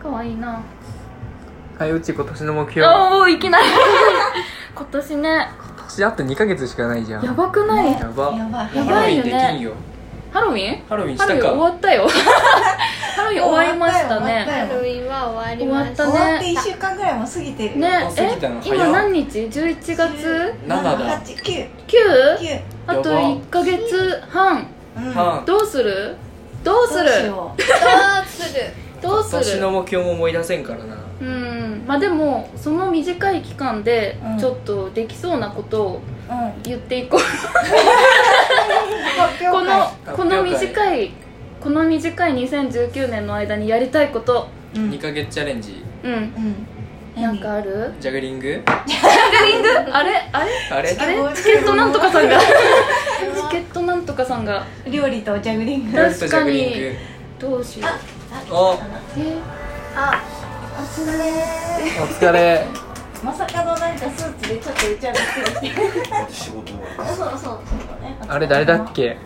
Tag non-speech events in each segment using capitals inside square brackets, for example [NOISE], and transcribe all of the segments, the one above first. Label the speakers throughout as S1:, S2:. S1: かわいいな
S2: はいうち今年の目標今
S1: おおいきなり [LAUGHS] 今年ね
S2: 年あと2ヶ月しかないじゃん
S1: やばくない
S2: やば
S3: やばい
S1: や
S2: ハ
S1: ば
S2: ロウ
S1: い
S2: ィ
S1: よ
S2: ンで
S1: ね
S2: きんよ
S1: ハロウィン
S2: ハロウィンし
S1: ハロウィ
S2: た
S1: ン終
S2: か
S1: わったよ
S2: [LAUGHS]
S1: ハロウィン終わりましたね
S4: ハロウィンは終わりまし
S1: 終
S4: た
S1: わ
S4: ね
S3: 終わって1週間ぐらいも過ぎてる
S1: ね
S2: あ過ぎたの
S1: え今
S2: 早っ
S1: 何日 ?11 月
S2: 7だ
S3: 789
S1: 9?
S3: 9
S1: あと1ヶ月半
S3: うん
S2: は
S1: どうするどうす
S3: どうし
S1: る
S3: よ
S4: どうする
S1: どう
S2: 今
S1: す
S2: 年
S1: る
S2: の目標も思い出せんからな
S1: うんまあでもその短い期間で
S3: うん
S1: ちょっとできそうなことを
S3: ううん
S1: 言っていこう、
S3: 発表会
S1: この
S2: 了解
S1: この短いこの短い2019年の間にやりたいこと
S3: うん
S2: 2ヶ月チャレンジ
S1: うん
S3: うん
S1: なんかある
S2: ジャグリング
S1: あれあれ
S2: あれ
S1: あ
S3: すご
S1: れ
S3: い
S1: チケットなんとかさ [LAUGHS] んがチケットなんとかさんが
S3: 料理とジャグリング
S1: 確かに
S2: ジャグリング
S1: どうしよう
S2: おお
S1: え
S4: あ
S2: 疲れ
S3: まさかのなんかスーツでちょっとうちはびっくりして
S5: 仕事終わり
S3: [LAUGHS] そうそうそうね
S2: あれ誰だっけ
S5: え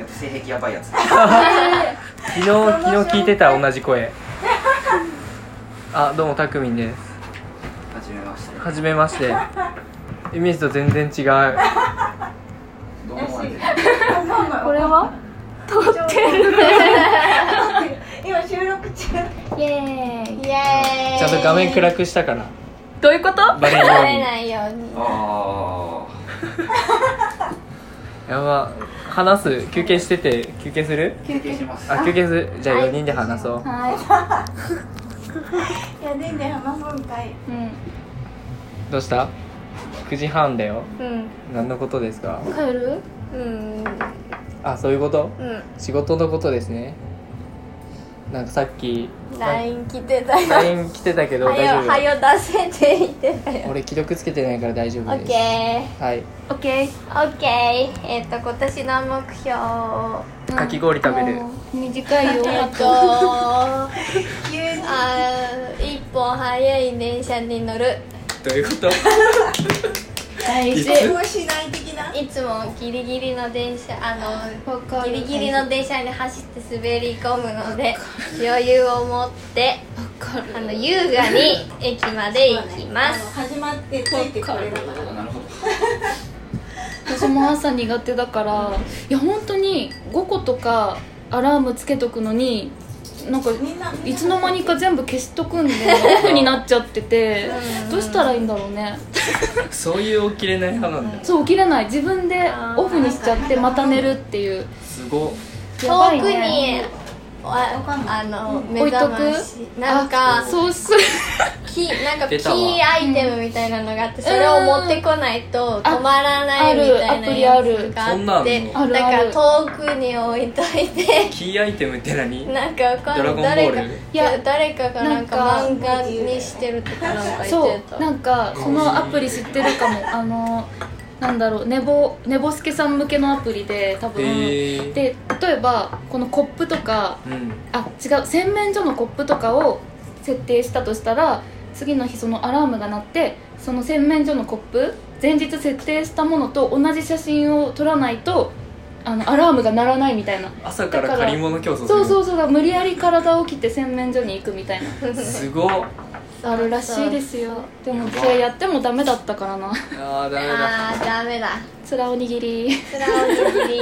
S5: っと性癖やばいやつ
S2: 昨日昨日聞いてた同じ声あどうもたくみんです
S5: 初めまして
S2: はじめましてイメージと全然違う
S5: どうもあり
S3: [LAUGHS]
S1: これは
S3: 撮ってるね今収録中
S1: イエーイ
S4: イエーイ
S2: ちゃんと画面暗くしたから
S1: どういうこと
S2: バレ
S4: バ
S2: る
S4: レ
S2: よ
S4: ないように
S5: あ
S2: うにやば話す休憩してて休憩する
S5: あ休憩します
S2: あ休憩するじゃあ4人で話そう
S1: はい
S3: やでんで話そうみたいう
S2: うどうした9時半だよ
S4: うん
S2: 何のことですか
S1: ん帰る
S4: うん
S2: あそういうこと
S4: うん
S2: 仕事のことですねなんかさっき
S4: LINE 来てたよ
S2: LINE 来てたけど
S4: は
S2: 大
S4: よは
S2: 丈
S4: よ出せって言ってた
S2: 夫
S4: よ
S2: 俺既読つけてないから大丈
S4: オ
S2: 夫
S4: ッ
S2: で
S4: ケー
S2: すはい
S1: オッケ
S4: オッケーえっ、と今年の目標
S1: ー
S2: かき氷食べる
S1: 短いよ
S4: え
S1: あ
S4: っ
S1: と
S4: とあ
S3: 急に
S4: ー一本早い電車に乗る
S2: どういうこと
S1: 大
S2: い
S1: 事
S2: つ
S3: 旅行しない的ない
S4: つもギリギリの電車あ
S1: わか
S4: の
S1: る
S4: ギリギリの電車に走って滑り込むので余裕を持って
S1: わかる
S4: あの優雅に駅まで行きます
S3: 始まってついてくれるから
S5: なるほど
S1: 私も朝苦手だからいや本当に5個とかアラームつけとくのになんか
S3: みんない
S1: つの間にか全部消しとくんでオ [LAUGHS] フになっちゃっててどうしたらいいんだろうね
S2: そういう起きれない派なんだ
S1: そう起きれない自分でオフにしちゃってまた寝るっていう
S2: すごっ
S1: やば
S4: 遠
S1: い
S4: く
S1: ね
S4: にああの目
S1: 置いと
S4: 覚
S1: く
S4: ましなん
S1: あ
S4: か
S1: そうする
S4: キーなんかキ
S2: 出たわ
S4: ーアイテムみたいなのがあってそれを持ってこないと止まらないみたいな
S1: あある
S4: や
S1: アプ
S4: つ
S1: リ
S4: があ
S2: そんな
S4: っ
S2: んあ
S4: て
S2: んの
S1: ある
S4: だ
S1: あ
S4: か
S1: る
S4: ら遠くに置いといて
S2: キーアイテムって何
S4: なんかわか
S2: ドラゴ
S4: ん
S2: ンボ
S4: な
S2: ー
S4: い
S2: ル
S4: 誰かいや誰かがなんか
S1: なん
S4: 漫画にしてるとかなんか言っ
S1: そ
S4: て
S1: う
S4: た
S1: なんかそのアプリ知ってるかもあのなんだろう寝坊寝坊助さん向けのアプリで多分、
S2: へー
S1: で例えばこのコップとか
S2: うん
S1: あ違う洗面所のコップとかを設定したとしたら次の日そのアラームが鳴ってその洗面所のコップ前日設定したものと同じ写真を撮らないとあのアラームが鳴らないみたいな
S2: 朝から借り物競争する
S1: そうそううそうだ無理やり体を起きて洗面所に行くみたいな
S2: すごっ
S1: あるらしいですよでもそれやってもダメだったからな
S2: あーダメだ
S4: あーダメだ
S1: つらおにぎり
S4: つらおにぎ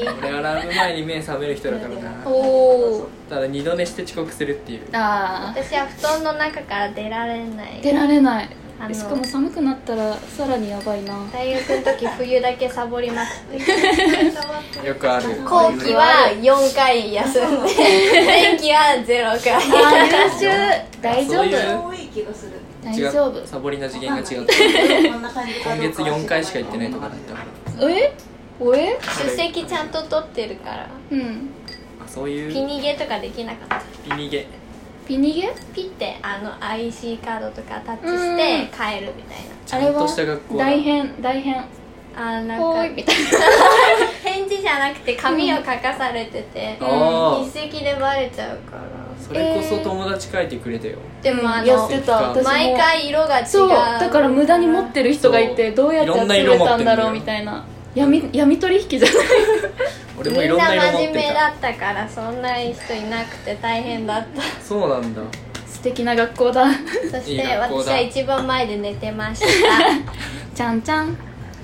S4: り
S2: 俺アラーム前に目覚める人だからな
S1: おお
S2: ただ二度寝して遅刻するっていう
S1: あー
S4: 私は布団の中から出られない
S1: 出られない
S4: あの
S1: しかも寒くなったらさらにやばいな
S4: 大学の時冬だけサボりま [LAUGHS] くって
S2: よくある
S4: 後期は4回休ん [LAUGHS] で前期は0回
S1: あ優秀大丈
S2: そうい
S1: 夫
S2: う
S3: 多い気がする
S1: 大
S2: 違う
S1: 丈夫
S2: サボりの次元が違った
S3: こんな感じか
S2: [LAUGHS] 今
S3: どう
S2: 月
S3: かは
S2: 4回しか行ってないとかだった
S1: えおえ
S4: 出席ちゃんと取ってるから
S1: うん
S2: あそういう
S4: ピニゲとかできなかった
S2: ピニゲ
S1: ピニゲ
S4: ピッてあの IC カードとかタッチして帰るみたい
S2: ち
S1: あ
S2: ゃ
S1: れ
S2: んと
S1: は
S2: した学校だ
S1: 大変大変
S4: なあーなん
S1: お
S4: か
S1: ーいみたい
S4: [LAUGHS] 返事じゃなくて紙を書かされてて、
S2: あー
S4: 筆跡でバレちゃうから
S2: それこそ友達書いてくれたよ
S4: でも
S1: な
S4: あ
S1: やっ
S4: の
S1: てた私も
S4: 毎回色が違う
S1: そうだから無駄に持ってる人がいて
S2: そう
S1: どうやって集めたんだろうみたいな闇闇取引じゃない
S2: 俺
S4: みん
S2: もい
S4: な
S2: ろんな色持
S4: 真
S2: っ
S4: 面
S2: て
S4: 目だ
S2: た
S4: ったからそんな人いなくて大変
S2: [LAUGHS]
S4: だった
S2: そうなんだ
S1: 素敵な学校だ
S4: そし
S2: いい
S4: て
S2: 学校
S4: 私
S2: だ
S4: は一番前で寝てました
S2: [LAUGHS]
S1: ちゃんちゃん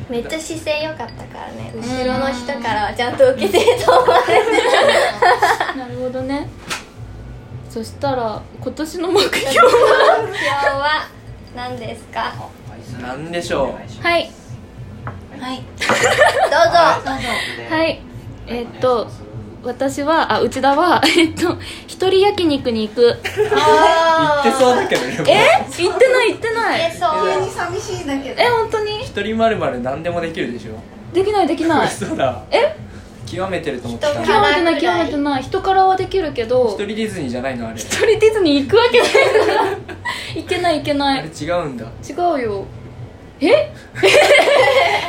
S4: めっちゃ姿勢良かったからね後ろの人からはちゃんと受けてると思わ
S2: [LAUGHS]
S4: れて
S1: なるほどねそしたら今年の目標
S4: 今日は何ですかどう
S2: なんでしょう
S1: はい
S3: はい
S4: ぞ
S3: どうぞ
S1: はいえっと私はあ内田はえっと一人焼肉に行く
S2: 言
S4: あ
S2: ってそうだけどねもう
S1: え行ってない行ってな
S4: 言っ
S1: い
S4: てそう
S3: 急に寂しいんだけど
S1: え本当に
S2: 一人まるまる何でもできるでしょ
S1: できないできない
S2: 嘘だ
S1: え
S2: 極めてると思ってた
S4: 人
S1: 極
S4: か
S1: めてない極めてない人からはできるけど
S2: 一人ディズニーじゃないのあれ
S1: 一人ディズニー行くわけないいけないいけな
S2: あ
S1: い
S2: れ違うんだ
S1: 違うよえ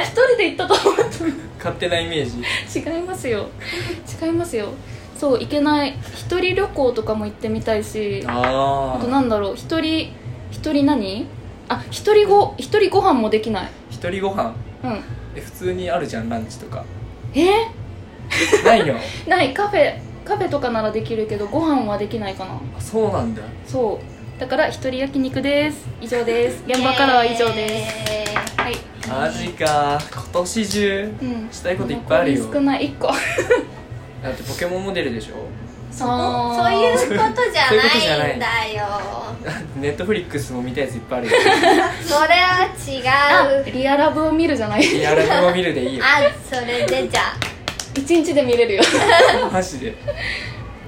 S1: 一人で行ったと思っ
S2: 勝手なイメージ
S1: た違いますよ違いますよそう行けない一人旅行とかも行ってみたいしあ
S2: あ
S1: と
S2: あ
S1: なんだろう一人一人何あ一人ご一人ご飯もできない
S2: 一人ご飯
S1: うん
S2: え普通にあるじゃんランチとか
S1: え
S2: ないよ
S1: ないカフェカフェとかならできるけどご飯はできないかな
S2: あそうなんだ
S1: そうだから一人焼肉です以上です現場からは以上です
S4: えー
S1: はい
S2: マジか今年中
S1: うん
S2: したいこといっぱいあるよ
S1: 残り少ない1個
S2: だってポケモンモデルでしょ
S1: そ
S4: そういうこ
S2: そ
S4: とじゃ
S2: ういうことじゃな
S4: ないいんだよ
S2: ネットフリックスも見たやついっ
S1: [LAUGHS]
S2: ぱいあるよ
S4: それは
S1: あ
S4: 違う
S1: リアラブを見るじゃない
S2: リアルでも見るでいいよ
S4: あそれでじゃあ
S1: 一日で見れるよ
S2: マジで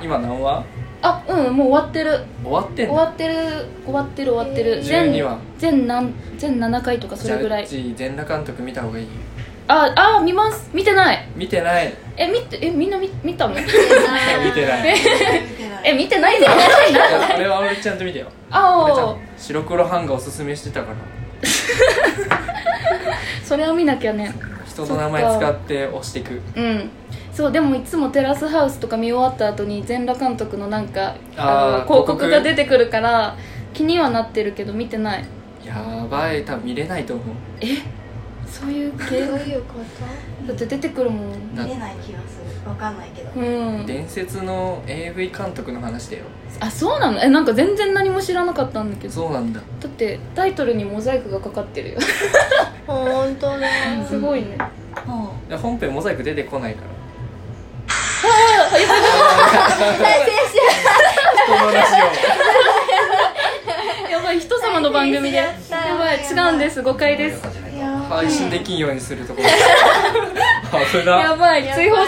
S2: 今何話
S1: あうんもう終わってる
S2: 終わってん
S1: 終
S2: の
S1: わってる終わってる終わってる
S2: 12
S1: 全
S2: 話
S1: 全何全7回とかそれぐらい
S2: ジャッジ全裸監督見た方がいいよ
S1: ああ見ます見てない
S2: 見てない
S1: え見てえみんな見見たの
S2: 見てないい
S3: 見てない
S1: え見てないの
S2: や俺は俺ちゃんと見てよ俺ちゃ
S1: あ
S2: ん白黒版がおすすめしてたか
S1: ー
S2: ら
S1: それを見なきゃね
S2: 人の名前使って押してく
S1: うんそうでもいつもテラスハウスとか見終わった後に全裸監督のなんかの
S2: あー
S1: 広
S2: 広告
S1: 告が出てくるから気にはなってるけど見てない
S2: やばい多分見れないと思う
S1: そういう系
S4: どういうこと
S1: だって出てくるもん
S2: だ
S3: 見れない気がするわかんないけど
S1: うん
S2: 伝説の AV 監督の話だよ
S1: あそうなのえなんか全然何も知らなかったんだけど
S2: そうなんだ
S1: だってタイトルにモザイクがかかってるよ
S4: 本当ね
S1: すごいね
S3: も
S2: で本編モザイク出てこないから人の話を
S1: やばい人様の番組でやばい違うんです誤解です
S3: ういや
S2: 配信できんようにするところ危
S1: や
S2: な
S1: ばい追放さ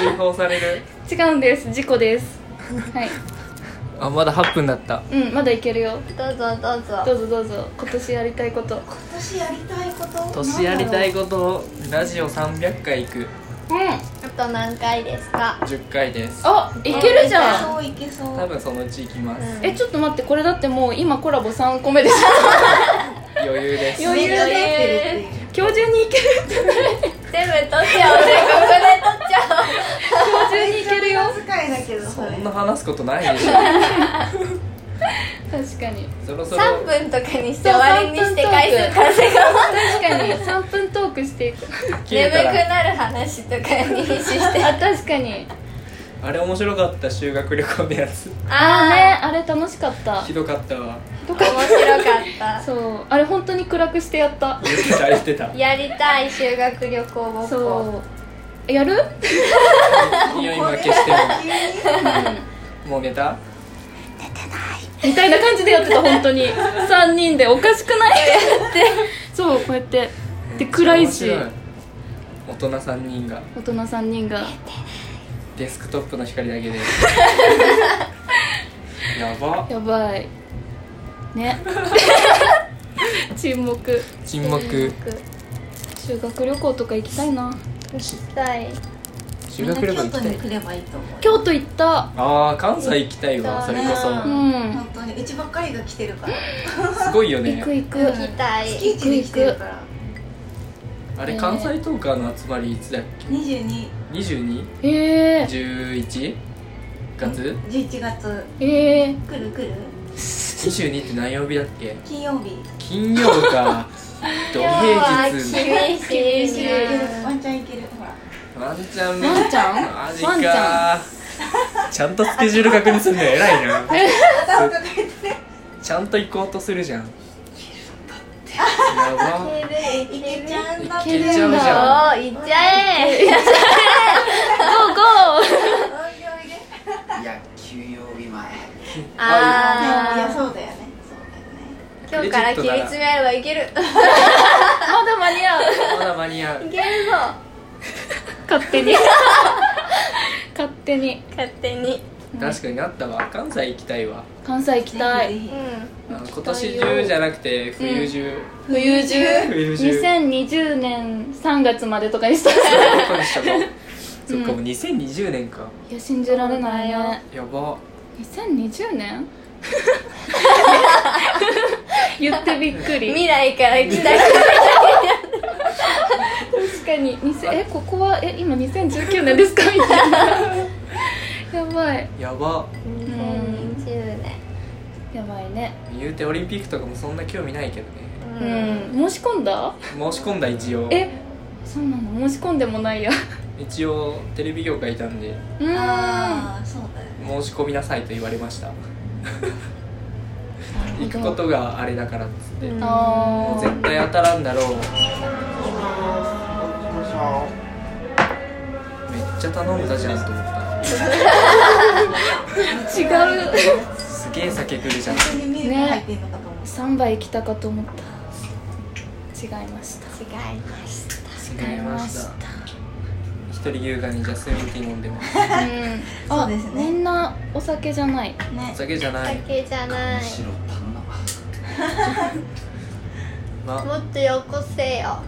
S2: 追放される
S1: れ違うんです事故ですはい
S2: あまだ8分だった
S1: うんまだいけるよ
S4: どうぞどうぞ
S1: どうぞどうぞ今年やりたいことうん
S3: 今年やりたいこと
S2: 年やりた
S3: い
S2: いことラジオ300回行く
S4: あと何回ですか
S2: 10回です
S1: あいけるじゃん
S3: そういけそう
S2: 多分そのうち行きます、
S4: うん
S1: えちょっと待ってこれだってもう今コラボ3個 [LAUGHS] 目でしょ
S2: 余裕です
S1: 余裕
S3: めっちゃできてるって
S1: で
S3: いう
S1: 今日中にいける
S4: 全部取っちゃおうねここで取っちゃ
S1: 今日中にいけるよ
S3: 無駄遣いだけどそ
S2: そ
S3: れ
S2: んな話すことないでしょ
S1: 確かに
S2: そろそ
S4: おう
S2: ろ
S4: 3分とかにして終わりにして回数稼ぐ
S1: 確かに3分トークしていく
S2: 切
S4: 眠
S2: れ
S4: く
S2: たら
S4: なる話とかにして
S1: あ確かに
S2: あれ面白かった修学旅行のやつ
S1: あね
S4: ああ
S1: あれ楽しかった
S2: ひどかったわ
S4: 面白かっ
S1: そうあれ本当に暗くしてやった
S2: 言ってた言ってた
S4: [LAUGHS] たやりたい修学旅行ごっこ
S1: そうやる
S2: いいよ今消してももう寝た
S1: みたいな感じでやってた [LAUGHS] 本当に3人でおかしくないってそうこうやってで暗いし
S2: 面白大人3人が
S1: 大人3人が
S2: デスクトップの光だけで [LAUGHS] やば
S1: やばい [LAUGHS] ね沈黙
S2: 沈黙
S1: 修学旅行とか行きたいな
S4: したい
S2: 修学旅行行きたい
S3: 来ればいいと思う
S1: 京都行った
S2: ああ関西行きたいわそれこ
S4: 行きた
S1: うん
S2: そ
S4: い
S3: 本当にうちばっかりが来てるから
S2: すごいよ
S1: 行
S2: ね
S1: く行く
S3: うん
S4: 行きたい
S3: 月一で来てるから
S2: あれ関西トーカーの集まりいつだっけ
S3: 2211
S2: 22?11
S1: ええ
S2: 月
S3: 月
S1: ええ
S3: 来る来る
S2: 22って何曜日だっけ
S3: 金曜日
S2: 金曜か
S1: [LAUGHS]
S2: 土
S4: 今日は
S2: 平
S4: 厳
S2: 日
S4: しい
S3: いける
S4: ね
S3: ワンチャンいけるほら
S2: ワンチャンね
S1: ワンちゃん
S2: マジ
S1: ワンち
S2: か
S1: ゃ
S2: ちゃんとスケジュール確認すんの偉
S1: [LAUGHS]
S2: いな
S3: 頭抱えてね
S2: ちゃんと行こうとす
S1: [LAUGHS]
S2: るじゃんやば
S4: いける
S3: い
S4: いけ
S3: け
S4: る
S3: ちゃんだっ
S2: い
S3: て
S2: けちゃうじゃん
S4: おいっちゃえ
S1: ゴーゴー
S3: 産業入れ
S5: いや休養日前
S3: いや
S4: あ
S3: そうだよねそうだよね
S4: ー今日から切り詰めればいける
S1: まだ間に合う
S2: まだ間に合う
S4: いけるぞ
S1: 勝手に [LAUGHS] 勝手に
S4: 勝手に
S2: 確かになったわ関西行きたいわ
S1: 関西行きたい
S3: ぜひ
S4: う
S3: ぜ
S4: ん
S2: あの今年中じゃなくて冬中、
S1: 冬中
S2: 冬中
S1: 2020年3月までとかにしたい [LAUGHS]
S2: どこにしたのそっか
S1: うん
S2: もう2020年か
S1: いや信じられないよ
S2: やば
S1: 2020年 [LAUGHS] 言ってびっくり
S4: 未来から来た
S1: 確かににせえここはえ今2019年ですかみたい [LAUGHS] なやばい
S2: やば
S4: 2020年
S1: やばいね
S2: 言うてオリンピックとかもそんな興味ないけ
S1: う
S2: どね
S4: うん
S1: ん申し込んだ
S2: 申し込んだ一応
S1: えそうなの申し込んでもないや
S2: 一応テレビ業界いたんで
S1: う
S3: ひ
S1: ーん
S3: ああそうだよね
S2: 申し込みなさいと言われました行く
S1: なるほ
S2: こ
S1: ど
S2: とがあれだからっつって、も
S1: あー
S2: う絶対当たらんだろうめっちゃ頼んだじゃんと思っ
S1: 違う
S2: たすげえ酒来るじゃん
S3: 本当にミルク入ってんのかと思う
S1: 3杯来たかと思った違いま
S4: [LAUGHS]
S1: した
S4: 違いました
S2: 違いました一人優雅にジャスミンティー飲んでます
S1: うん
S3: そうですね
S1: みんなお酒じゃない
S3: ね
S2: お酒じゃない
S4: 酒じゃない
S5: 白頼むわ
S2: ま
S4: もっとよこせよ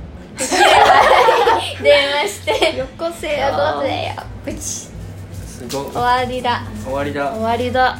S4: 電話してよこせよこせよ
S2: すごい
S4: 終わりだ
S2: 終わりだ
S1: 終わりだ